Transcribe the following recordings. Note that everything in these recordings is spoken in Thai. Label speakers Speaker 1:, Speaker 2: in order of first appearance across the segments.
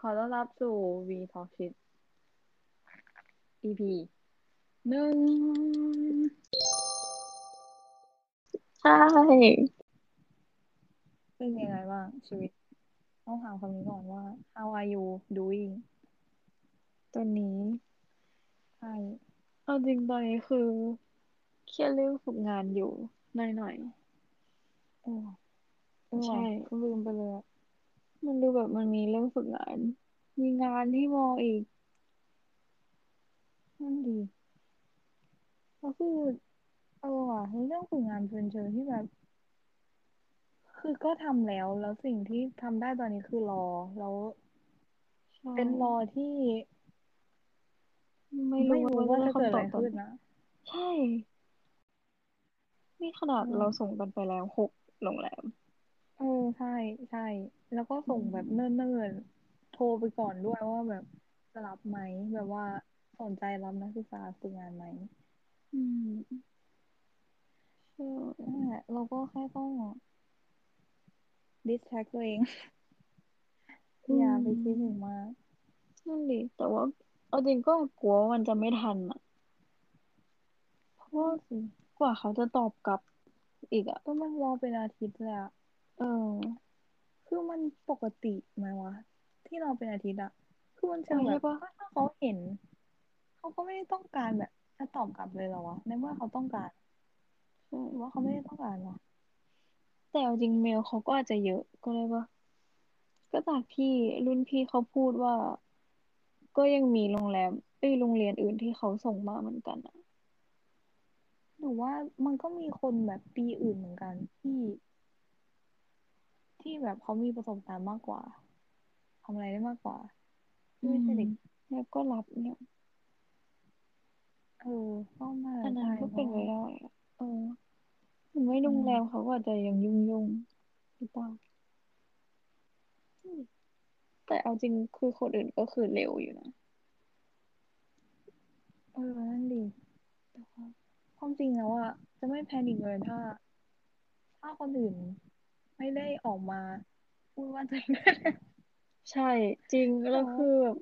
Speaker 1: ขอต้อนรับสู่ V Talk Shit EP หนึ่ง
Speaker 2: ใช่
Speaker 1: เป็นยังไงบ้างชีวิต ต้องถามคำนี้ก่อนว่า how are you doing
Speaker 2: ตอนนี้
Speaker 1: ใช่
Speaker 2: เอาจริงตอนนี้คือเครียดเรื่องฝึกงานอยู่หน่อย
Speaker 1: โอ้
Speaker 2: ๆ
Speaker 1: ใช่
Speaker 2: ใช่ ลืมไปเลยอะมันดูแบบมันมีเรื่องฝึกงาน มีงานที่มองอีก
Speaker 1: นั่นดีก็คือเออว่ะเรื่องฝึกงานเป็นเชิงที่แบบ คือก็ทำแล้วแล้วสิ่งที่ทำได้ตอนนี้คือรอ แล้ว
Speaker 2: ใช่
Speaker 1: เป็นรอที่
Speaker 2: ไม่
Speaker 1: ไม่
Speaker 2: รู้
Speaker 1: รู้
Speaker 2: ว่า
Speaker 1: ว่าจะ
Speaker 2: จะได้
Speaker 1: เกิดอะไร
Speaker 2: คำตอบตอน
Speaker 1: ขึ้นนะ
Speaker 2: ใช่ นี่ขนาด
Speaker 1: อืม
Speaker 2: เราส่งกันไปแล้วหกโรงแรม
Speaker 1: เออใช่ใช่ แล้วก็ส่งแบบ
Speaker 2: อืม
Speaker 1: เนิ่นๆโทรไปก่อนด้วยว่าแบบจะรับไหมแบบว่าสนใจรับนักศึกษาฝึกงานไหม
Speaker 2: อืมใช่
Speaker 1: นั่นแหละเราก็แค่ต้อง distract ตัวเอง
Speaker 2: อื
Speaker 1: อย่าม ไปคิดถึงมาก
Speaker 2: นั่นดิแต่ว่าเอาจริงก็กลัวว่ามันจะไม่ทันอ่ะ เพราะว่า
Speaker 1: นั่นสิ
Speaker 2: กว่าเขาจะตอบกลับอีกอ่ะ
Speaker 1: ก็มันรอเป็นอาทิตย์เลยอะ
Speaker 2: เออ
Speaker 1: คือมันปกติไหมวะ ที่รอเป็นอาทิตย์อะคือมัน
Speaker 2: เออ
Speaker 1: เชิงแบ
Speaker 2: ใช่
Speaker 1: บ
Speaker 2: ปะ
Speaker 1: ถ้าถ้าเขาเห็น เขาก็ไม่ได้ต้องการแบบจะตอบกลับเลยเหรอวะในเมื่อเขาต้องการ
Speaker 2: ใช่
Speaker 1: หรือว่าเขาไม่ได้ต้องการวะ
Speaker 2: แต่เอาจริงเมลเขาก็อาจจะเยอะก็ได้ปะก็จากที่รุ่นพี่เขาพูดว่า ก็ยังมีโรงแรมเอ้ยโรงเรียนอื่นที่เขาส่งมาเหมือนกันอ่ะ
Speaker 1: หรือว่ามันก็มีคนแบบปีอื่นเหมือนกันที่ ที่แบบเขามีประสบการณ์มากกว่าทำอะไรได้มากกว่า
Speaker 2: อื
Speaker 1: ที่ไม่
Speaker 2: ม
Speaker 1: ใช่เด็ก
Speaker 2: แล้วก็รับเนี่ย
Speaker 1: เออก็น่า
Speaker 2: อั
Speaker 1: จะ
Speaker 2: นนั้
Speaker 1: ใช่
Speaker 2: นก็
Speaker 1: เพ
Speaker 2: เป็
Speaker 1: ราะ
Speaker 2: นไป
Speaker 1: ว่า
Speaker 2: ได้อะเออหรือไม่
Speaker 1: อื
Speaker 2: โรง
Speaker 1: ม
Speaker 2: แรมเขาก็อาจจะยังยุ่งยุ่งหรือเปล่าอืมแต่เอาจริงคือคนอื่นก็คือเร็วอยู่นะ
Speaker 1: เออนั่นดี
Speaker 2: แต่ว่า
Speaker 1: ความจริงแล้วอะจะไม่แพนิคเลยถ้า ถ้าคนอื่นไม่ได้ออกมาพูดว่าตัวเองได้
Speaker 2: ใช่จริงแล้
Speaker 1: แต่
Speaker 2: ว
Speaker 1: ว่า
Speaker 2: คือแบบ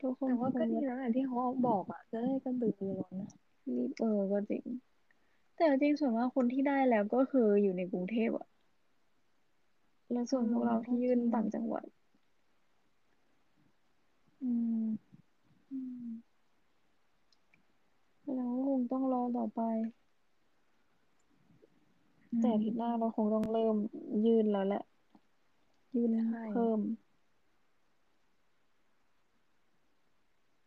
Speaker 2: ทุกค
Speaker 1: แต่
Speaker 2: น
Speaker 1: ว่า
Speaker 2: คว
Speaker 1: ก็
Speaker 2: ร
Speaker 1: ดี
Speaker 2: แบบ
Speaker 1: แล้วแหละที่เขาบอกอะจะได้กระตือรือร้นนะ
Speaker 2: รีบเออก็จริง แต่เอาจริงส่วนมากคนที่ได้แล้วก็คืออยู่ในกรุงเทพอะแล้ว
Speaker 1: เอ
Speaker 2: ส่
Speaker 1: อ
Speaker 2: วนพวกเรา
Speaker 1: ก็
Speaker 2: ที่ยื่
Speaker 1: จ
Speaker 2: น
Speaker 1: ริง
Speaker 2: ต่างจังหวัด
Speaker 1: อืม
Speaker 2: อืมเราก็คงต้องรอต่อไป
Speaker 1: อื
Speaker 2: แต่
Speaker 1: ม
Speaker 2: อาทิตย์หน้าเราคงต้องเริ่มยื่นแล้วแหละยื่น
Speaker 1: ใช่
Speaker 2: เพิ่ม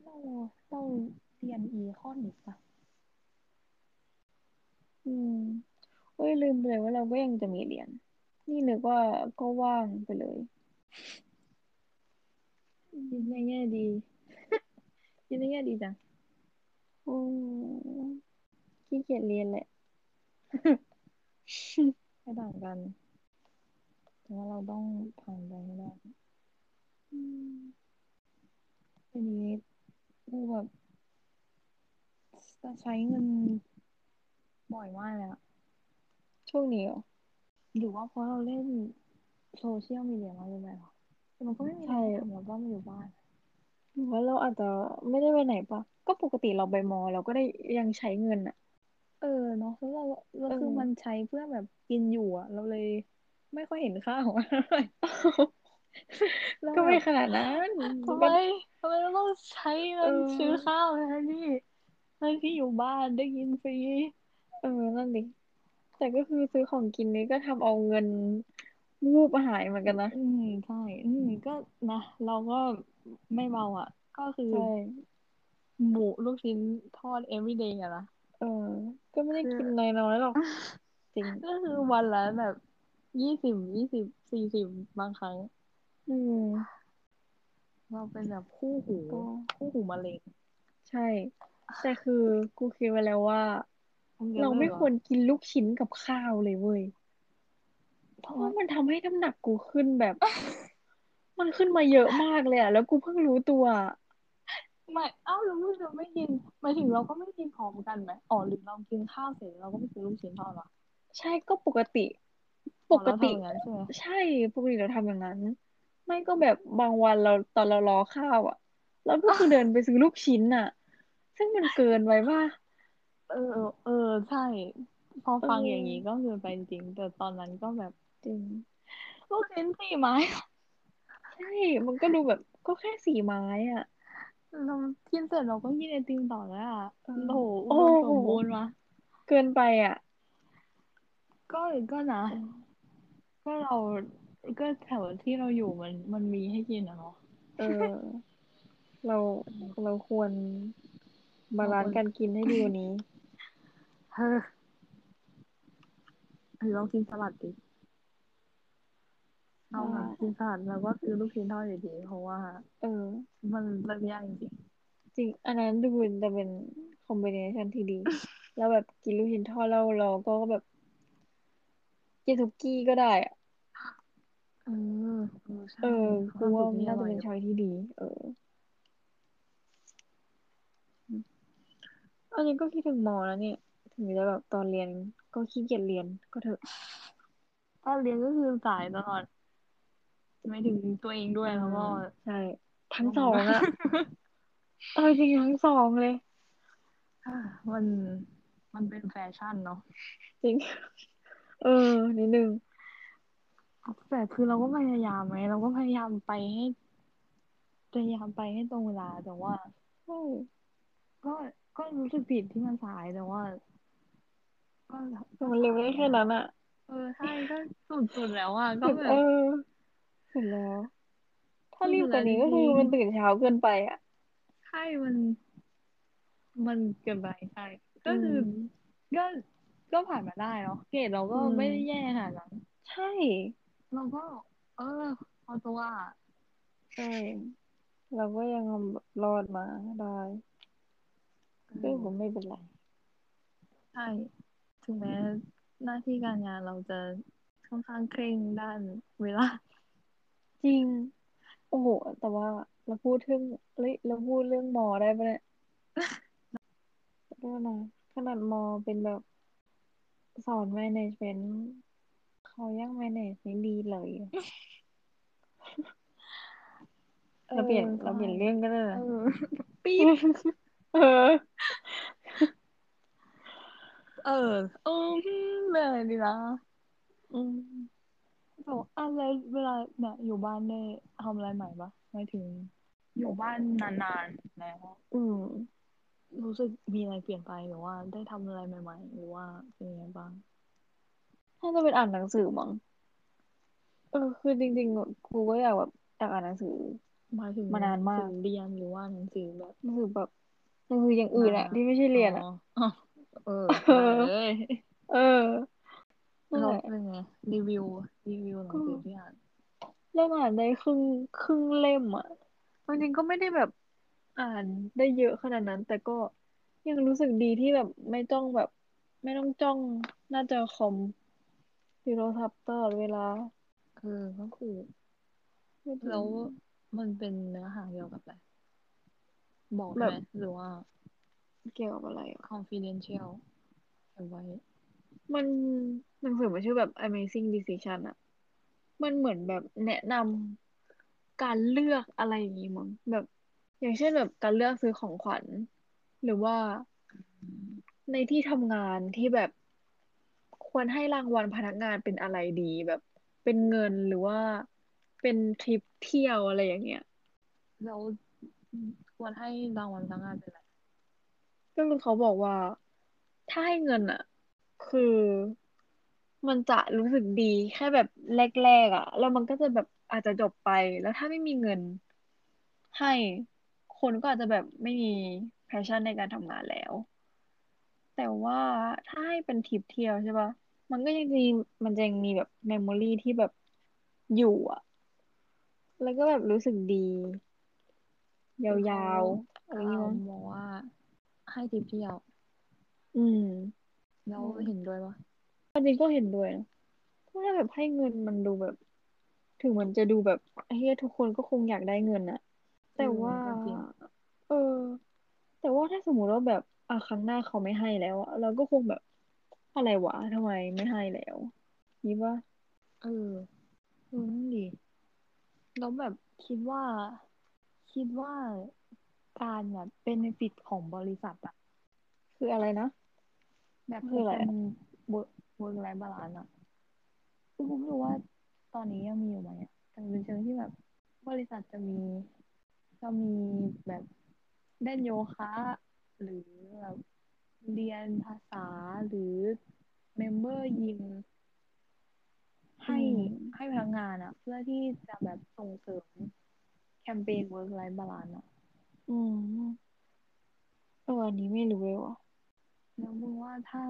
Speaker 1: เราเราเรียนอีคอนอีกอะ
Speaker 2: อืมเอ้ยลืมไปเลยว่าเราก็ยังจะมีเรียน นี่นึกว่าก็ว่างไปเลยอืม
Speaker 1: คิดในแง่ดีคิดในแง่ดีจัง
Speaker 2: โอ้ขี้เกียจเรียนแหละ
Speaker 1: ไม่ต่างกัน แต่ว่าเราต้องผ่านไปให้ได้
Speaker 2: อืม
Speaker 1: ทีนี้กูแบบใช้เงินบ่อยมากเลยอะ
Speaker 2: ช่วงนี้เหรอ
Speaker 1: หรือว่าเพราะเราเล่นโซเชียลมีเดียมากเกินไปหรอแต่มันก็ไม่มีอะ
Speaker 2: ใช่
Speaker 1: ไรให้ทำเราก็มาอยู่บ้าน
Speaker 2: หรือว่าเราอาจจะไม่ได้ไปไหนปะก็ปกติเราไปมอเราก็ได้ยังใช้เงินอ่ะ
Speaker 1: เออเนาะแล้วเราเรา
Speaker 2: เออ
Speaker 1: คือมันใช้เพื่อแบบกินอยู่อะเราเลย ไม่ค่อยเห็นค่า ของมันเท่าไหร่เรา
Speaker 2: ก็
Speaker 1: แบ
Speaker 2: ไม่
Speaker 1: บ
Speaker 2: ขนาดนั้น
Speaker 1: ทำไม
Speaker 2: ก็
Speaker 1: ทำไมเราต้องใช้
Speaker 2: เอ
Speaker 1: เงิ
Speaker 2: อ
Speaker 1: นซื้อข้าวเลยนะนี่ให้พี่อยู่บ้านได้กินฟรี
Speaker 2: เออนั่นดิแต่ก็คือซื้อของกินนี่ก็ทำเอาเงินวูบหายเหมือนกันนะ
Speaker 1: อืมใช่อืมก็นะ เราก็ไม่เบาอ่ะ ก็คือ
Speaker 2: ใช่
Speaker 1: หมูลูกชิ้นทอด everyday อะนะ
Speaker 2: เออ ก็ไม่ได้
Speaker 1: คือ
Speaker 2: กินน้อยๆหรอก จริง
Speaker 1: ก็คือวันละแบบยี่สิบยี่สิบสี่สิบบางครั้ง
Speaker 2: อืม
Speaker 1: เราเป็นแบบคู่หู
Speaker 2: ก็
Speaker 1: คู่หูมะเร็ง
Speaker 2: ใช่ แต่คือกูคิดไว้แล้วว่า
Speaker 1: มันจะ
Speaker 2: เรา
Speaker 1: เลิ
Speaker 2: ไม่
Speaker 1: กเหร
Speaker 2: ค
Speaker 1: อ
Speaker 2: วรกินลูกชิ้นกับข้าวเลยเว้ย เพ
Speaker 1: เพ
Speaker 2: ราะ
Speaker 1: ราะ
Speaker 2: ว่ามันทำให้น้ำหนักกูขึ้นแบบ มันขึ้นมาเยอะมากเลยอะแล้วกูเพิ่งรู้ตัว
Speaker 1: ไม่เอ้าเราลูกเราไม่กินหมายถึงเราก็ไม่กินพร้อมกันไหมอ๋อหรือเรากินข้าวเสร็จเราก็ไปกินลูกชิ้นทอดเหรอ
Speaker 2: ใช่ก็ปกติ ป
Speaker 1: อ๋อก เรา
Speaker 2: ติ
Speaker 1: ทำอย่างนั้นใช่ไหม
Speaker 2: ใช่ปกติเราทำอย่างนั้น ไม่ก็แบบบางวันเราตอนเรารอข้าวอ่ะ เราก็คือเดินไปซื้อลูกชิ้นอ่ะ ซึ่งมันเกินไปว่า
Speaker 1: เออ เออ ใช่ พอ
Speaker 2: เออ
Speaker 1: ฟังอย่างนี้ก็คือไปจริงๆแต่ตอนนั้นก็แบบ
Speaker 2: จริง
Speaker 1: ลูกชิ้นสี่ไม้
Speaker 2: ใช่ มันก็ดูแบบก็แค่สี่ไม้อ่ะ
Speaker 1: เรากินเสร็จเราก็กินไอติมต่อแล้วอ่ะ
Speaker 2: เออ
Speaker 1: โอ้โหอุดมสม
Speaker 2: โอ้โห
Speaker 1: บูรณ์วะ
Speaker 2: เกินไปอ่ะ
Speaker 1: ก็ก็นะ
Speaker 2: เออ
Speaker 1: ก็เราก็แถวที่เราอยู่มันมันมีให้กินอะเนาะ
Speaker 2: เออ เราเราควรบา
Speaker 1: เรา
Speaker 2: ลา
Speaker 1: คน
Speaker 2: ซ์
Speaker 1: น
Speaker 2: การกินให้ดีกว่านี้
Speaker 1: เฮ้อหรือเรากินสลัดดิเอา
Speaker 2: ได้
Speaker 1: อะกินสลัดแล้วก็ซื้อลูกชิ้นทอดอยู่ดีเพราะว่า
Speaker 2: เออ
Speaker 1: มันเลิกยากจริง
Speaker 2: จริง อันนั้นดูจะเป็นคอมบิเนชันที่ ดี แล้วแบบกินลูกชิ้นทอดแล้วเราก็แบบกินสุกี้ก็ได้อะ
Speaker 1: ๆเออเออ
Speaker 2: เอ
Speaker 1: ใช่
Speaker 2: อ
Speaker 1: เขาทำ
Speaker 2: กู
Speaker 1: สุ
Speaker 2: ว่า
Speaker 1: กี้อ
Speaker 2: น่าจะ
Speaker 1: ร่อย
Speaker 2: เป็
Speaker 1: อ
Speaker 2: น
Speaker 1: ยู่
Speaker 2: ช้อยที่ดี เอออันนี้ก็คิดถึงมอแล้วเนี่ย ถึงจะแบบตอนเรียนก็ขี้เกียจเรียนก็เถอะ
Speaker 1: ตอนเรียนก็คือสายตลอดไม่ถึงตัวเองด้วย
Speaker 2: อ่า
Speaker 1: แล้วก็
Speaker 2: ใช่ ทั้
Speaker 1: ว
Speaker 2: ง
Speaker 1: ง
Speaker 2: สอ
Speaker 1: ด้ว
Speaker 2: ง
Speaker 1: ย
Speaker 2: อะ เออจริงทั้งสองเลย
Speaker 1: มันมันเป็นแฟชั่นเนาะ
Speaker 2: จริง เออนิดนึง
Speaker 1: แต่คือเราก็พยายามไหมเราก็พยายามไปให้พยายามไปให้ตรงเวลาแต่ว่า
Speaker 2: ใช่
Speaker 1: ก็ก็รู้สึกผิดที่มันสายแต่ว่า ก็
Speaker 2: แต่
Speaker 1: ก็
Speaker 2: มันเร็
Speaker 1: สาว
Speaker 2: ได้
Speaker 1: ย
Speaker 2: แค่
Speaker 1: อะ
Speaker 2: นั้นอะ
Speaker 1: เออใช่ก็สุดๆแล้วอ่ะ ก็
Speaker 2: สุด
Speaker 1: แบ
Speaker 2: เออบ สุดแล้ว ถ้ารีบ
Speaker 1: สุดๆ
Speaker 2: ก
Speaker 1: แล้วจ
Speaker 2: ว่านี้ก็คื
Speaker 1: ริ
Speaker 2: อง มันตื่นเช้าเกินไปอ่ะ
Speaker 1: ๆใช่มันมันเกินไปใช่
Speaker 2: อื
Speaker 1: ก็คื
Speaker 2: ม
Speaker 1: อก็ก็ผ่านมาได้เนาะเกรดเราก็
Speaker 2: อืม
Speaker 1: ไม่ได้แย่ขนาดนั้น
Speaker 2: ใช่
Speaker 1: เราก็ เออพอตัวอะ
Speaker 2: ใช่ เราก็ยังรอดมาได้
Speaker 1: เอ
Speaker 2: ก็
Speaker 1: อ
Speaker 2: ผมไม่เป็นไร
Speaker 1: ใช่ ถึงแม้หน้าที่การงานเราจะค่อนข้างเคร่งด้านเวลา
Speaker 2: จริง โอ้โห แต่ว่าเราพูดถึงเฮ้ยเราพูดเรื่องหมอได้ปะ เนี่ยเรื่องนะขนาดหมอเป็นแบบสอน management เขายัง manage ไม่ดีเลยอะ
Speaker 1: เออ
Speaker 2: เราเปลี่ยนเรา
Speaker 1: ใช่
Speaker 2: เปลี่ยนเรื่องก็ได้
Speaker 1: เออ
Speaker 2: นะ
Speaker 1: ปี๊บ
Speaker 2: เออ
Speaker 1: เอออืมเรื่องอะไรดีนะ
Speaker 2: อืม
Speaker 1: บอกอะไรเวลาเนี่ยอยู่บ้านได้ทำอะไรใหม่ปะหมายถึง อยู่บ้านนานๆแล้ว
Speaker 2: อืม
Speaker 1: รู้สึกมีอะไรเปลี่ยนไปหรือว่าได้ทำอะไรใหม่ ๆ หรือว่าเป็นยังไงบ้าง
Speaker 2: ถ้าจะเป็นอ่านหนังสือมั้ง เออ คือจริงๆกูก็อยากแบบอยากอ่านหนังสือ
Speaker 1: หมายถึง
Speaker 2: มา
Speaker 1: หนั
Speaker 2: นาน
Speaker 1: ง
Speaker 2: มา
Speaker 1: สือก เรียนหรือว่าหนังสือแบบ
Speaker 2: หนังสือแบบหนังสืออย่างอื่
Speaker 1: นาน
Speaker 2: อะที่ไม่ใช่
Speaker 1: อ๋
Speaker 2: เรี
Speaker 1: อย
Speaker 2: นอะ
Speaker 1: อ๋อเออ
Speaker 2: เออ
Speaker 1: ได้เลย
Speaker 2: เออนั่น
Speaker 1: เรา
Speaker 2: แหละ
Speaker 1: เป็นไงรีวิวรีวิวหนั
Speaker 2: ก็
Speaker 1: งสือที่อ่าน
Speaker 2: เริ่มอ่านได้ครึ่งครึ่งเล่มอะจริงๆก็ไม่ได้แบบอ่านได้เยอะขนาดนั้น แต่ก็ยังรู้สึกดีที่แบบไม่ต้องแบบ ไม่ต้องจ้องหน้าจอคอมดูโทรศัพท์ตลอดเวลา
Speaker 1: เออก็คือ
Speaker 2: ไม่ถึ
Speaker 1: แล้
Speaker 2: ง
Speaker 1: วมันเป็นเนื้อหาเกี่ยวกับอะไรบอกได้
Speaker 2: แบ
Speaker 1: ไห
Speaker 2: บ
Speaker 1: มหรือว่า
Speaker 2: เกี่ยวกับอะไรอะ
Speaker 1: confidential เก็บไว้
Speaker 2: มันหนังสือมันชื่อแบบ Amazing Decision อะมันเหมือนแบบแนะนำการเลือกอะไรอย่างงี้มั้งแบบ อย่างเช่นแบบการเลือกซื้อของขวัญ หรือว่าในที่ทำงานที่แบบควรให้รางวัลพนักงานเป็นอะไรดีแบบ เป็นเงินหรือว่าเป็นทริปเที่ยวอะไรอย่างเงี้ย
Speaker 1: แล้วควรให้รางวัลพนักงานเป็นอะไร
Speaker 2: ก็คือเขาบอกว่าถ้าให้เงินอ่ะ คือมันจะรู้สึกดีแค่แบบแรกๆอ่ะ แล้วมันก็จะแบบอาจจะจบไป แล้วถ้าไม่มีเงินให้คนก็อาจจะแบบไม่มี passion ในการทำงานแล้ว แต่ว่าถ้าให้เป็นทริปเที่ยวใช่ปะมันก็ยังมีมันจะยังมีแบบ memory ที่แบบอยู่อ่ะ แล้วก็แบบรู้สึกดี ย
Speaker 1: คือ
Speaker 2: า
Speaker 1: เขา
Speaker 2: วๆอะไรอ
Speaker 1: เขา
Speaker 2: ย่างงี้มั้ง
Speaker 1: บอกว่าให้ทิปเที่ยว
Speaker 2: อืม
Speaker 1: แล้
Speaker 2: ใช่
Speaker 1: วเห็นด้วยปะ
Speaker 2: อันนี้ก็เห็นด้วยนะ ถ้าแบบให้เงินมันดูแบบ ถึงมันจะดูแบบเฮียทุกคนก็คงอยากได้เงินอะ
Speaker 1: เอ
Speaker 2: แต่
Speaker 1: อ
Speaker 2: ว่า
Speaker 1: ก็จริง
Speaker 2: เออ แต่ว่าถ้าสมมติว่าแบบอ่ะครั้งหน้าเขาไม่ให้แล้วอะเราก็คงแบบอะไรวะทำไมไม่ให้แล้วนี่ว่า
Speaker 1: เออเออนั่นดี แล้วแบบคิดว่า คิดว่าการแบบเบนฟิตของบริษัทอะ
Speaker 2: คืออะไรนะ
Speaker 1: แบบ
Speaker 2: คืออะไรอะ
Speaker 1: มันเวิร์กเวิร์กไลฟ์บาลานซ์อะคือผมไม่รู้ว่าตอนนี้ยังมีอยู่ไหมอะแต่เป็นเชิงที่แบบบริษัทจะมีจะมีแบบเล่นโยคะ หรือแบบเรียนภาษาหรือเมมเบอร์ยิม ให้
Speaker 2: อืม
Speaker 1: ให้พนักงานอะเพื่อที่จะแบบส่งเสริมแคมเปญ work life balance อะ
Speaker 2: อืมเอออันนี้ไม่รู้เลยว่ะ
Speaker 1: แล้วมึงว่าถ้า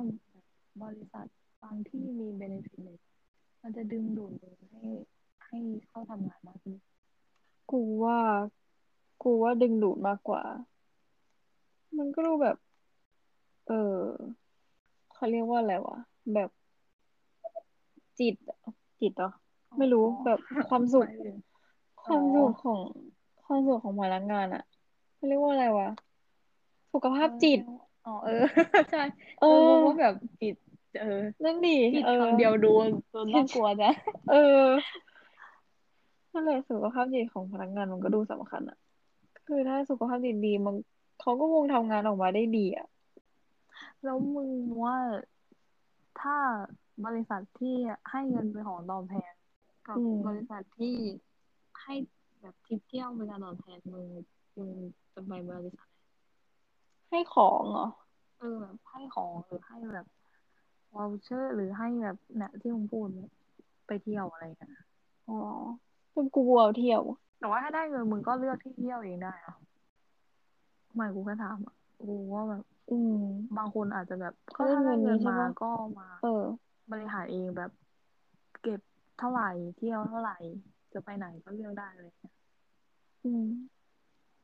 Speaker 1: บริษัทบางที่มี benefit เนี่ยมันจะดึงดูดมึงให้ให้เข้าทำงานมากขึ้น
Speaker 2: กูว่า กูว่าดึงดูดมากกว่า มันก็ดูแบบ เออเขาเรียกว่าอะไรวะ แบบจิตจิตเหรอไม่รู้แบบความสุ
Speaker 1: ห
Speaker 2: ข
Speaker 1: มายถึง
Speaker 2: ค
Speaker 1: อ๋
Speaker 2: วา
Speaker 1: อ
Speaker 2: มสุขของความสุขของพนักงานอะเขาเรียกว่าอะไรวะ สุขภา
Speaker 1: เอ
Speaker 2: พ
Speaker 1: อ
Speaker 2: จิต
Speaker 1: อ๋อเออ ใช่
Speaker 2: เออ
Speaker 1: เออมึงว่าแบบจิตเออ
Speaker 2: นั่นดิ
Speaker 1: จิต
Speaker 2: เออ
Speaker 1: คำเดียวดูจนน่ากลัวนะ
Speaker 2: เออนั่นแหละสุขภาพจิตของพนักงานมันก็ดูสำคัญอะคือถ้าสุขภาพจิตดีมันเขาก็คงทำงานออกมาได้ดีอะ
Speaker 1: แล้วมึงว่าถ้าบริษัทที่ให้เงินเป็นของตอบแทน กั
Speaker 2: อื
Speaker 1: บ
Speaker 2: ม
Speaker 1: บริษัทที่ให้แบบทริปเที่ยวเป็นการตอบแทนมึงมึงจะไปบริษัท
Speaker 2: ให้ของเหรอ
Speaker 1: เออแบบให้ของหรือให้แบบวอลเชอร์ หรือให้แบบเนี่ยที่มึงพูดเนี่ยไปเที่ยวอะไรเงี้ย
Speaker 2: อ๋อเป็นกูเอาเที่ยว
Speaker 1: แต่ว่าถ้าได้เงินมึงก็เลือกที่เที่ยวเองได้อะทำไมกูก็ถามอ่ะกูว่าแบบ
Speaker 2: อืม
Speaker 1: บางคนอาจจะแบบก็
Speaker 2: ถ้าได้
Speaker 1: ถ้าได้
Speaker 2: เงิน
Speaker 1: เงิ
Speaker 2: นี้
Speaker 1: น
Speaker 2: ใช่
Speaker 1: มา
Speaker 2: ปะ
Speaker 1: ก็มา
Speaker 2: เออ
Speaker 1: บริหารเองแบบ เก็บเท่าไหร่เที่ยวเท่าไหร่จะไปไหนก็เลือกได้เลยเนี่ย
Speaker 2: อืม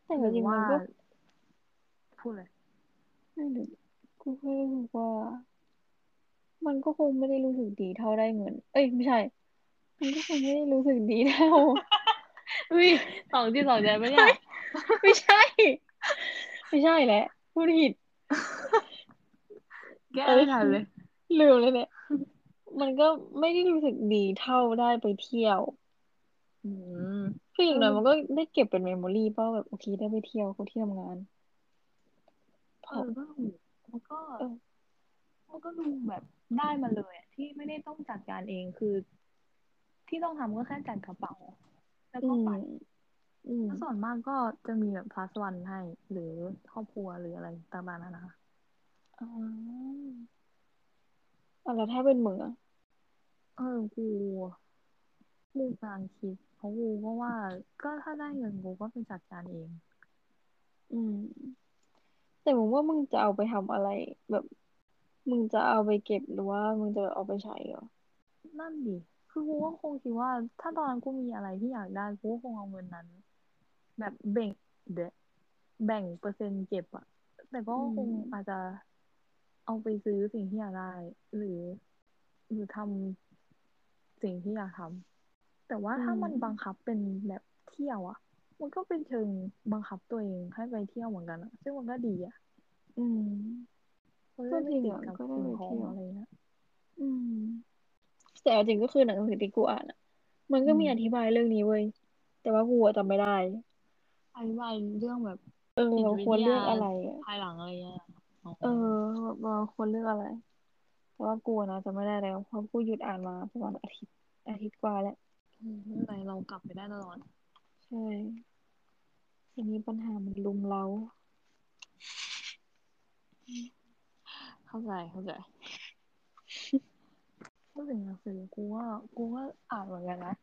Speaker 2: แต่
Speaker 1: ห
Speaker 2: จ
Speaker 1: รือ
Speaker 2: ริงๆ
Speaker 1: ว่า
Speaker 2: มันก็
Speaker 1: พูดเลย
Speaker 2: ไม่รู้กูแค่รู้สึกว่า มันก็คงไม่ได้รู้สึกดีเท่าได้เงิน เอ้ยไม่ใช่ มันก็คงไม่ได้รู้สึกดีเท่า
Speaker 1: อุ้ยสองที่สองใจปะเนี่ย
Speaker 2: ไม่ใช่ ไม่ใช่แหละพูดผิด
Speaker 1: แก้
Speaker 2: เอ้
Speaker 1: ไม่
Speaker 2: ย
Speaker 1: ทัน เลย
Speaker 2: ลืมเลยเนี่ยมันก็ไม่ได้รู้สึกดีเท่าได้ไปเที่ยว
Speaker 1: อืม
Speaker 2: คืออ
Speaker 1: เอย่าง อ
Speaker 2: น้อยมันก็ได้เก็บเป็นเมมโมรี่เพราะแบบโอเคได้ไปเที่ยวก็ที่ทำงานพ
Speaker 1: เออ
Speaker 2: อ
Speaker 1: ก็ถูกมันก็
Speaker 2: เออ
Speaker 1: มันก็ดูแบบได้มาเลยอะที่ไม่ได้ต้องจัดการเองคือ ที่ต้องทำก็แค่จัดกระเป๋า แล้ว
Speaker 2: อื
Speaker 1: ก็
Speaker 2: ม
Speaker 1: ไป
Speaker 2: อืม
Speaker 1: แล้วส่วนมากก็จะมีแบบพลัสวันให้ หรือครอบครัวหรืออะไรต่างๆนานา
Speaker 2: อ๋ออ่ะแล้วถ้าเป็นมึงอ่ะ
Speaker 1: เออกูกูกำลังคิดเพราะกูก็ว่า ก็ถ้าได้เงินกูก็ไปจัดการเอง
Speaker 2: อืม แต่มึงว่ามึงจะเอาไปทำอะไร แบบ มึงจะเอาไปเก็บหรือว่ามึงจะเอาไปใช้เหรอ
Speaker 1: นั่นดิคือกูก็คงคิดว่า ถ้าตอนนั้นกูมีอะไรที่อยากได้กูก็คงเอาเงินนั้น แบบแบ่งเดะแบ่งเปอร์เซ็นต์เก็บอะแต่ก็
Speaker 2: อื
Speaker 1: ค
Speaker 2: ม
Speaker 1: งอาจจะเอาไปซื้อสิ่งที่อยากได้ หรือหรือทำสิ่งที่อยากทำแต่ว่า
Speaker 2: อื
Speaker 1: ถ้าม มันบังคับเป็นแบบเที่ยวอะมันก็เป็นเชิงบังคับตัวเองให้ไปเที่ยวเหมือนกันอะซึ่งมันก็ดีอะ
Speaker 2: อืม
Speaker 1: มันก็
Speaker 2: ก็
Speaker 1: จะ
Speaker 2: จ
Speaker 1: ไม่
Speaker 2: ริง
Speaker 1: ติด
Speaker 2: อ่ะ
Speaker 1: กับ
Speaker 2: ก็ได้
Speaker 1: สิ่ง
Speaker 2: ไป
Speaker 1: ของ
Speaker 2: เที่ยว
Speaker 1: อะไรนะ
Speaker 2: อืม แต่เอาจริงก็คือหนังสือที่กูอ่านอ่ะ มัน
Speaker 1: อื
Speaker 2: ก็
Speaker 1: ม
Speaker 2: มีอธิบายเรื่องนี้เว้ย แต่ว่ากูอะจำไม่ได้
Speaker 1: อธิบายเรื่องแบบ
Speaker 2: เออ
Speaker 1: จิต
Speaker 2: เรา
Speaker 1: วิ
Speaker 2: คว
Speaker 1: ท
Speaker 2: รเลื
Speaker 1: ยา
Speaker 2: อกอะไรอ่ะ
Speaker 1: ภายหลังอะไรเงี้ยอ๋อ
Speaker 2: เออแบบเราควรเลือกอะไร แต่ว่ากูอะนะจำไม่ได้แล้วเพราะกูหยุดอ่านมาประมาณอาทิตย์อาทิตย์กว่าแล้ว
Speaker 1: อืมไม่เป็นไรเรากลับไปได้ตลอด
Speaker 2: ใช่ทีนี้ปัญหามันรุมเร้า
Speaker 1: เข้าใจเข้าใจพูดถึงหนังสือกูว่ากูก็อ่านเหมือนกันนะ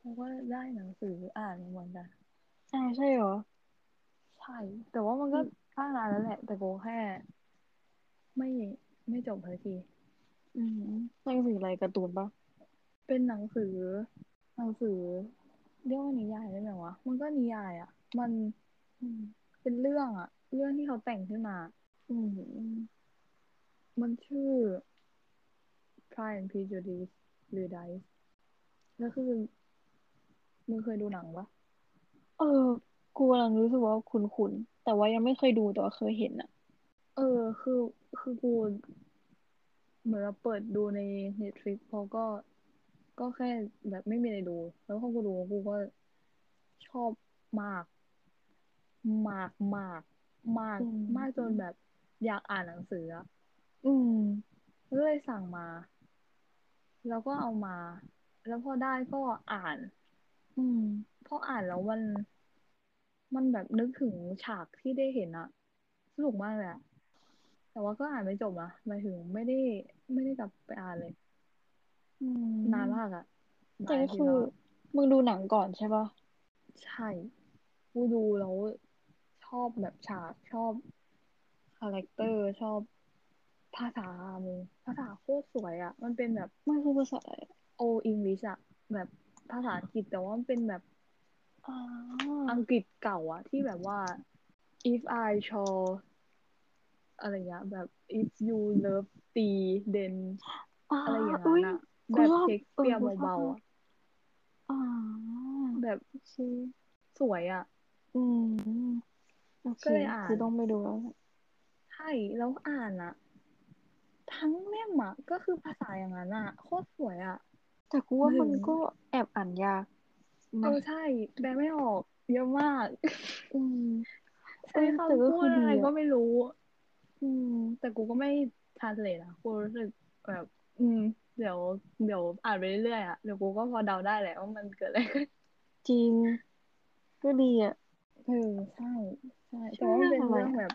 Speaker 1: กูก็ได้หนังสืออ่านเหมือนกัน
Speaker 2: อ่าใช่เหรอ
Speaker 1: ใช่ แต่ว่ามัน
Speaker 2: อื
Speaker 1: ก็
Speaker 2: ม
Speaker 1: ตั้งนานแล้วแหละ แต่กูแค่ไม่ไม่จบสักที
Speaker 2: อืมหนังสืออะไรการ์ตูนปะ
Speaker 1: เป็นหนังสือ หนังสือเรียกว่านิยายได้ไหมวะมันก็นิยายอ่ะ มัน
Speaker 2: อืม
Speaker 1: เป็นเรื่องอ่ะ เรื่องที่เขาแต่งขึ้นมา
Speaker 2: อืมอืม
Speaker 1: มันชื่อ Pride and Prejudice หรือ Dice แล้วคือมึงเคยดูหนังปะ
Speaker 2: เออ กูกำลังรู้สึกว่าคุ้นๆแต่ว่ายังไม่เคยดูแต่ว่าเคยเห็นอ่ะ
Speaker 1: เออคือคือกูเหมือนเราเปิดดูใน Netflix เพราะก็ก็แค่แบบไม่มีอะไรดู แล้วพอกูดูกูก็ ชอบมาก มากมากมาก
Speaker 2: อืม
Speaker 1: มากจนแบบอยากอ่านหนังสืออะ
Speaker 2: อืม
Speaker 1: ก็เลยสั่งมา แล้วก็เอามา แล้วพอได้ก็อ่าน
Speaker 2: อืม
Speaker 1: พออ่านแล้วมัน มันแบบนึกถึงฉากที่ได้เห็นอะสนุกมากเลยอะแต่ว่าก็อ่านไม่จบนะหมายถึงไม่ได้ไม่ได้กลับไปอ่านเลย
Speaker 2: อืม
Speaker 1: นานมากอะ
Speaker 2: แต่ก็
Speaker 1: ที
Speaker 2: คือ
Speaker 1: แล้วะ
Speaker 2: มึงดูหนังก่อนใช่ป่ะ
Speaker 1: ใช่กูดูแล้วชอบแบบฉากชอบคาแรคเตอร์ชอบภาษามึงภาษาโคตรสวยอะมันเป็นแบบ
Speaker 2: มันคือภาษาอะไร
Speaker 1: โออิงลิชอะแบบภาษาอังกฤษแต่ว่ามันเป็นแบบ
Speaker 2: อ๋อ
Speaker 1: อังกฤษเก่าอะที่แบบว่า if I shall อะไรเงี้ยแบบ if you love tea then
Speaker 2: อ๋อ
Speaker 1: อะไรอย่าง
Speaker 2: อุ้
Speaker 1: นั้น
Speaker 2: ย
Speaker 1: อะ
Speaker 2: กู
Speaker 1: แบบ
Speaker 2: ชอบ
Speaker 1: เช็คสเปียร์
Speaker 2: เออกูชอบ
Speaker 1: เบาๆอะ
Speaker 2: อ๋อ
Speaker 1: แบบ
Speaker 2: โอเค
Speaker 1: สวยอะ
Speaker 2: อืมโอเค
Speaker 1: ก็เลยอ่าน
Speaker 2: กูต้องไปดูแล้วแหละ
Speaker 1: ใช่แล้วอ่านอะทั้งเล่มอะก็คือภาษาอย่างนั้นอะโคตรสวยอะ
Speaker 2: แต่กูว่ามันก็แอบอ่านยาก
Speaker 1: เอ
Speaker 2: นะ
Speaker 1: อใช่แปลไม่ออก เยอะมาก
Speaker 2: อืม
Speaker 1: ใช้
Speaker 2: แต่ก็
Speaker 1: คำพู
Speaker 2: คือ
Speaker 1: ด
Speaker 2: ดี
Speaker 1: อะไรก็
Speaker 2: อ่ะ
Speaker 1: ไม่รู้
Speaker 2: อืม
Speaker 1: แต่กูก็ไม่ทานเลยนะกูรู้สึกแบบ อืม เดี๋ยว เดี๋ยวอ่านไปเรื่อยๆอ่ะเดี๋ยวกูก็พอเดาได้แหละว่ามันเกิดอะไรขึ้น
Speaker 2: จริง ก็ดีอ่ะ
Speaker 1: เออใช่ใช่ แต่
Speaker 2: ชื่อ
Speaker 1: ว่ามั
Speaker 2: เรื่
Speaker 1: น
Speaker 2: อง
Speaker 1: เป็น
Speaker 2: อะไร
Speaker 1: เรื่อง
Speaker 2: อ่ะ
Speaker 1: แบบ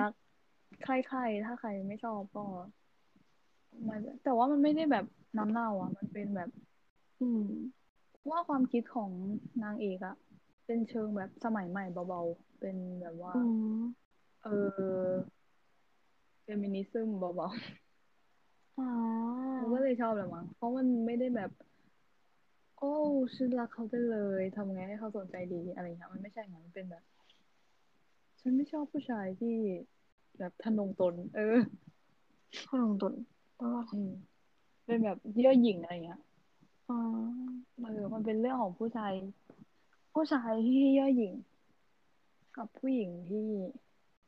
Speaker 1: รักๆใครๆถ้าใครไม่ชอบก็มันแต่ว่ามันไม่ได้แบบน้ำเน่าอ่ะ มันเป็นแบบ
Speaker 2: อืม
Speaker 1: ว่าความคิดของนางเอกอ่ะ เป็นเชิงแบบสมัยใหม่เบาๆ เป็นแบบว่า
Speaker 2: อืม
Speaker 1: เออเฟมินิซึมเบา
Speaker 2: อ๋อ
Speaker 1: ๆกูก็เลยชอบแหละมั้งเพราะมันไม่ได้แบบ โอ้ฉันรักเขาไปเลยทำไงให้เขาสนใจดีอะไรอย่างเงี้ยมันไม่ใช่อย่างนั้นมันเป็นแบบ ฉันไม่ชอบผู้ชายที่แบบทะนงตน เออ
Speaker 2: ขนมตุนแปลว่าอะไร
Speaker 1: อืม เป็นแบบเย่อหยิ่งอะไรอย่างเงี้ย
Speaker 2: อ๋อ
Speaker 1: เออมันเป็นเรื่องของผู้ชาย ผู้ชายที่เย่อหยิ่ง กับผู้หญิงที่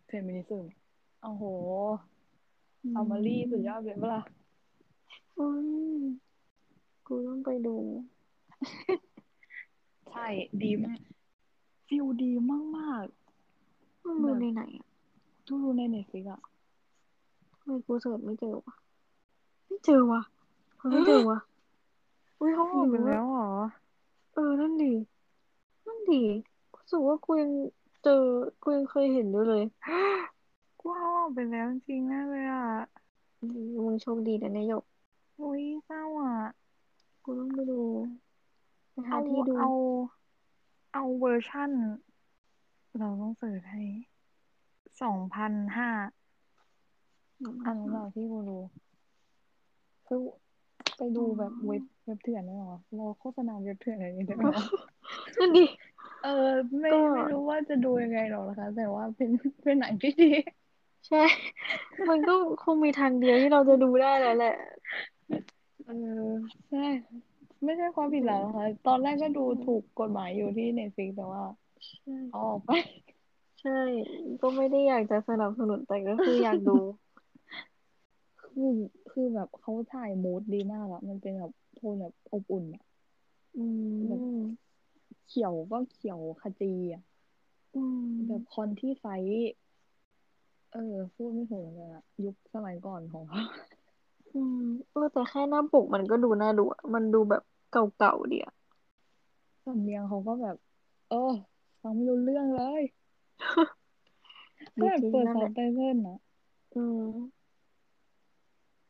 Speaker 1: เฟมินิซึมโอ้โห
Speaker 2: อื
Speaker 1: เอา
Speaker 2: ม
Speaker 1: มารีสุดยอดเลยเปะล่า
Speaker 2: อุ้ยกูต้องไปดู
Speaker 1: ใช่ดีมากฟิลดีมาก
Speaker 2: มัน
Speaker 1: ๆ
Speaker 2: ดู
Speaker 1: แบ
Speaker 2: ใน
Speaker 1: บ
Speaker 2: ไหนอ่ะ
Speaker 1: ทุกดูในเน็ตฟลิกอะ
Speaker 2: ทำไมกูเสิร์ชไม่เจอวะ ไม่เจอวะเขาไม่เจอวะ อุ้ยเขาบ
Speaker 1: ห
Speaker 2: อก
Speaker 1: ลุ
Speaker 2: เล
Speaker 1: ด
Speaker 2: ยว่า
Speaker 1: แล้วเหรอ
Speaker 2: เออ นั่นดี นั่นดีกูรู้สึกว่ากูยังเจอ กูยังเคยเห็นด้วยเลย
Speaker 1: กูเอาออกไปแล้วจริงๆแน่เลยอ่ะ
Speaker 2: มึงโชคดีนะนายหยก
Speaker 1: อุ้ยเศร้าอ่ะ
Speaker 2: กูต้องไปดูไปหา
Speaker 1: เอา
Speaker 2: ที่ดู
Speaker 1: เอา เอาเวอร์ชั่น เราต้องเสิร์ชให้สองพันห้าอันนั้นเหรอที่กูดูคือไปดูแบบเว็บเว็บเถื่อนได้เหรอเราโฆษณาเว็บเถื่อนอะไรอย่างเงี้ยได้ไหม
Speaker 2: นั่นดิ
Speaker 1: เออ ไม่
Speaker 2: ก็
Speaker 1: ไม่รู้ว่าจะดูยังไงหรอกนะคะ แต่ว่าเป็นเป็นหนังที่ดี
Speaker 2: ใช่ มันก็คงมีทางเดียวที่เราจะดูได้แล้วแหละ
Speaker 1: เออใช่ ไม่ใช่ความผิดเรานะคะ ตอนแรกก็ดูถูกกฎหมายอยู่ที่เน็ตฟลิกแต่ว่า
Speaker 2: ใช่
Speaker 1: เอาออกไป
Speaker 2: ใช่ ก็ไม่ได้อยากจะสนับสนุนแต่ก็คืออยากดู
Speaker 1: คือคือแบบเขาถ่ายมูดดีมากอะมันเป็นแบบโทนแบบอบอุ่นอะ
Speaker 2: อืม
Speaker 1: แบบเขียวก็เขียวขจีอะ
Speaker 2: อืม
Speaker 1: แบบคอนที่ไฟท์เออ พูดไม่ถูกเหมือนกันอะยุคสมัยก่อนของ เขา
Speaker 2: อืมเออแต่แค่หน้าปกมันก็ดูน่าดูอะมันดูแบบเก่าๆดีอะ
Speaker 1: สำเนียงเขาก็แบบ เออฟังไม่รู้เรื่อง เลยก็
Speaker 2: ดี
Speaker 1: แบบ
Speaker 2: จริง
Speaker 1: เปิด
Speaker 2: นั่น
Speaker 1: ซั
Speaker 2: แห
Speaker 1: บ
Speaker 2: ละ
Speaker 1: ไตเติลนะ
Speaker 2: อืม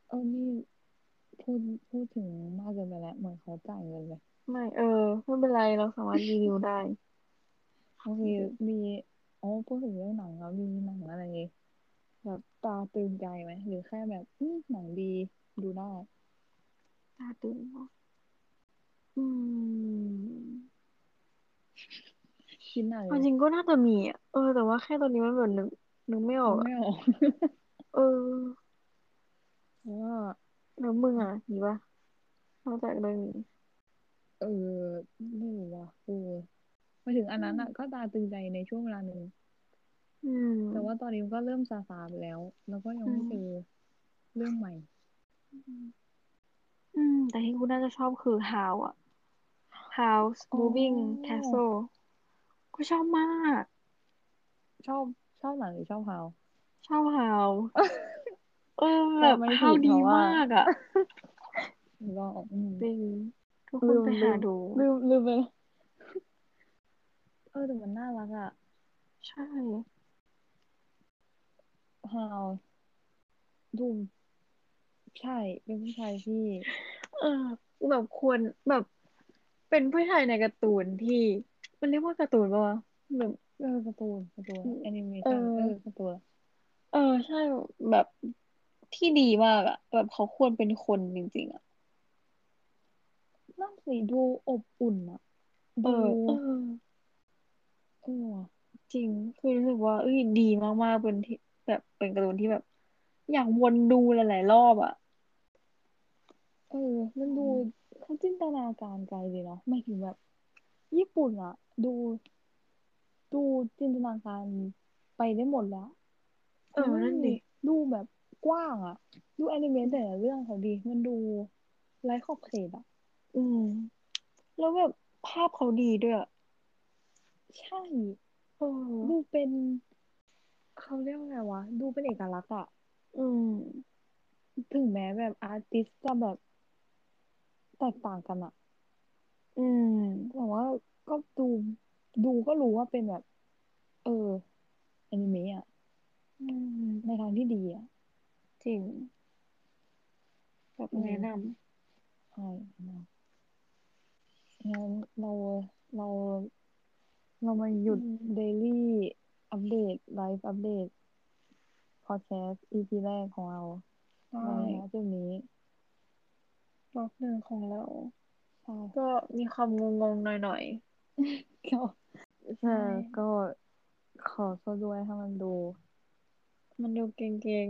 Speaker 1: เออนี่พูดพูดถึงมากเกินไปแล้วเหมือนเขาจ่ายเงินเลย
Speaker 2: ไม่เออไม่เป็นไรเราสามารถรีวิวได้
Speaker 1: บางทีมีอ๋อพูดถึงเรื่องหนังแล้วมีหนังอะไรแบบตาตึงใจไหมหรือแค่แบบอืมหนังดีดูได้
Speaker 2: ตาตื่นปะอืม
Speaker 1: คิดหน่อย
Speaker 2: เอาจริงก็น่าจะมีอ่ะ เออ แต่ว่าแค่ตอนนี้มันแบบนึกนึกไม่ออ
Speaker 1: นึก
Speaker 2: กอ่ะ
Speaker 1: ไม่ออก
Speaker 2: เออ
Speaker 1: แล้วก็
Speaker 2: แล้วมึงอ่ะมีปะนอกจากเรื่องนี้
Speaker 1: เออไม่รู้ว่ะกูหมายถึงอันนั้นอ่ะ ก็ตาตึงใจในช่วงเวลาหนึ่ง
Speaker 2: อืม
Speaker 1: แต่ว่าตอนนี้มันก็เริ่มซาซาไปแล้ว แล้วก็ยั
Speaker 2: อื
Speaker 1: งไม่
Speaker 2: ม
Speaker 1: เจอเรื่องใหม่
Speaker 2: อืม แต่ที่กูน่าจะชอบคือ How อ่ะ House
Speaker 1: อ๋อ
Speaker 2: Moving Castle ก็ชอบมาก
Speaker 1: ชอบชอบหนังหรือชอบเฮา
Speaker 2: ชอบฮาว เออ
Speaker 1: จำ
Speaker 2: แบบ
Speaker 1: ไม่
Speaker 2: ฮาว
Speaker 1: ผิด
Speaker 2: ดี
Speaker 1: เพราะว่า
Speaker 2: มากอ่ะ
Speaker 1: ลองอืม
Speaker 2: จริงทุกคน
Speaker 1: ลืม
Speaker 2: ไป
Speaker 1: ลื
Speaker 2: หาม ดู
Speaker 1: ลืมลืมไปแล้วเออแต่มันน่ารักอะ
Speaker 2: ใช่
Speaker 1: เฮาดูใช่เป็นผู้ชายที่
Speaker 2: เออแบบควรแบบเป็นผู้ชายในการ์ตูนที่ มันเรียกว่าการ์ตูนปะวะแบบ
Speaker 1: เออการ์ตูนการ์ตูน
Speaker 2: อืม
Speaker 1: แอนิเม
Speaker 2: เออ
Speaker 1: ชันเออการ์ตูน
Speaker 2: เออใช่แบบที่ดีมากอ่ะ แบบเขาควรเป็นคนจริงๆอ่ะ
Speaker 1: นั่นสิดูอบอุ่นอะ
Speaker 2: เออ
Speaker 1: ดู
Speaker 2: เออ
Speaker 1: เออว่ะ
Speaker 2: จริงคือรู้สึกว่าเอ้ยดีมากๆเป็นที่แบบเป็นการ์ตูนที่แบบ อยากวนดูหลายๆรอบอ่ะ
Speaker 1: เออ มันดูเขาจินตนาการไกลเลยเนาะไม่ถึงแบบ ญี่ปุ่นอะดูดูจินตนาการไปได้หมดแล้ว
Speaker 2: เออ
Speaker 1: ดู
Speaker 2: นั่นดิ
Speaker 1: ดูแบบกว้างอะดูแอนิเมตแต่ละเรื่องเขาดี มันดูไร้ขอบเขตอะ
Speaker 2: อืม แล้วแบบภาพเขาดีด้วยอะ
Speaker 1: ใช่
Speaker 2: เออ
Speaker 1: ดูเป็นเขาเรียกว่าไงวะ ดูเป็นเอกลักษณ์อะ
Speaker 2: อืม
Speaker 1: ถึงแม้แบบอาร์ติสจะแบบแตกต่างกันอะ
Speaker 2: อืม
Speaker 1: แต่ว่าก็ดูดูก็รู้ว่าเป็นแบบ เออแอนิเมะอะ
Speaker 2: อืม
Speaker 1: ในทางที่ดีอะ
Speaker 2: จริง แบบ
Speaker 1: เออ
Speaker 2: แนะน
Speaker 1: ใช่เนาะงั้นเราเรา เรามาห
Speaker 2: ำอื
Speaker 1: ยุด
Speaker 2: ม
Speaker 1: เดลี่อัปเดตไลฟ์อัปเดตพอดแคสต์ EP แรกของเรา
Speaker 2: ได้
Speaker 1: ในนะจุดนี้
Speaker 2: บล็อกหนึ่งของเรา
Speaker 1: ใช่
Speaker 2: ก็มีความงงๆหน่อย
Speaker 1: ก็
Speaker 2: ๆ
Speaker 1: ใช่
Speaker 2: ใช่
Speaker 1: ก็ขอโทษด้วยถ้ามันดู
Speaker 2: มันดูเก่ง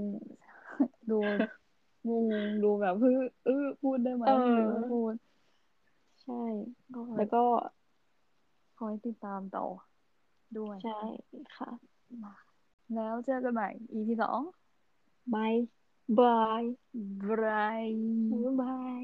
Speaker 1: ดูงงดูแบบเออเออพูดได้
Speaker 2: ๆ
Speaker 1: ไหม
Speaker 2: เออ
Speaker 1: หรือไม่พูด
Speaker 2: ใช่
Speaker 1: ก็
Speaker 2: แล้วก็
Speaker 1: คอยติดตามต่อด้วย
Speaker 2: ใช่ค่ะ
Speaker 1: มาแล้วเจอกันใหม่ EP สอง
Speaker 2: บาย บาย
Speaker 1: บาย
Speaker 2: บาย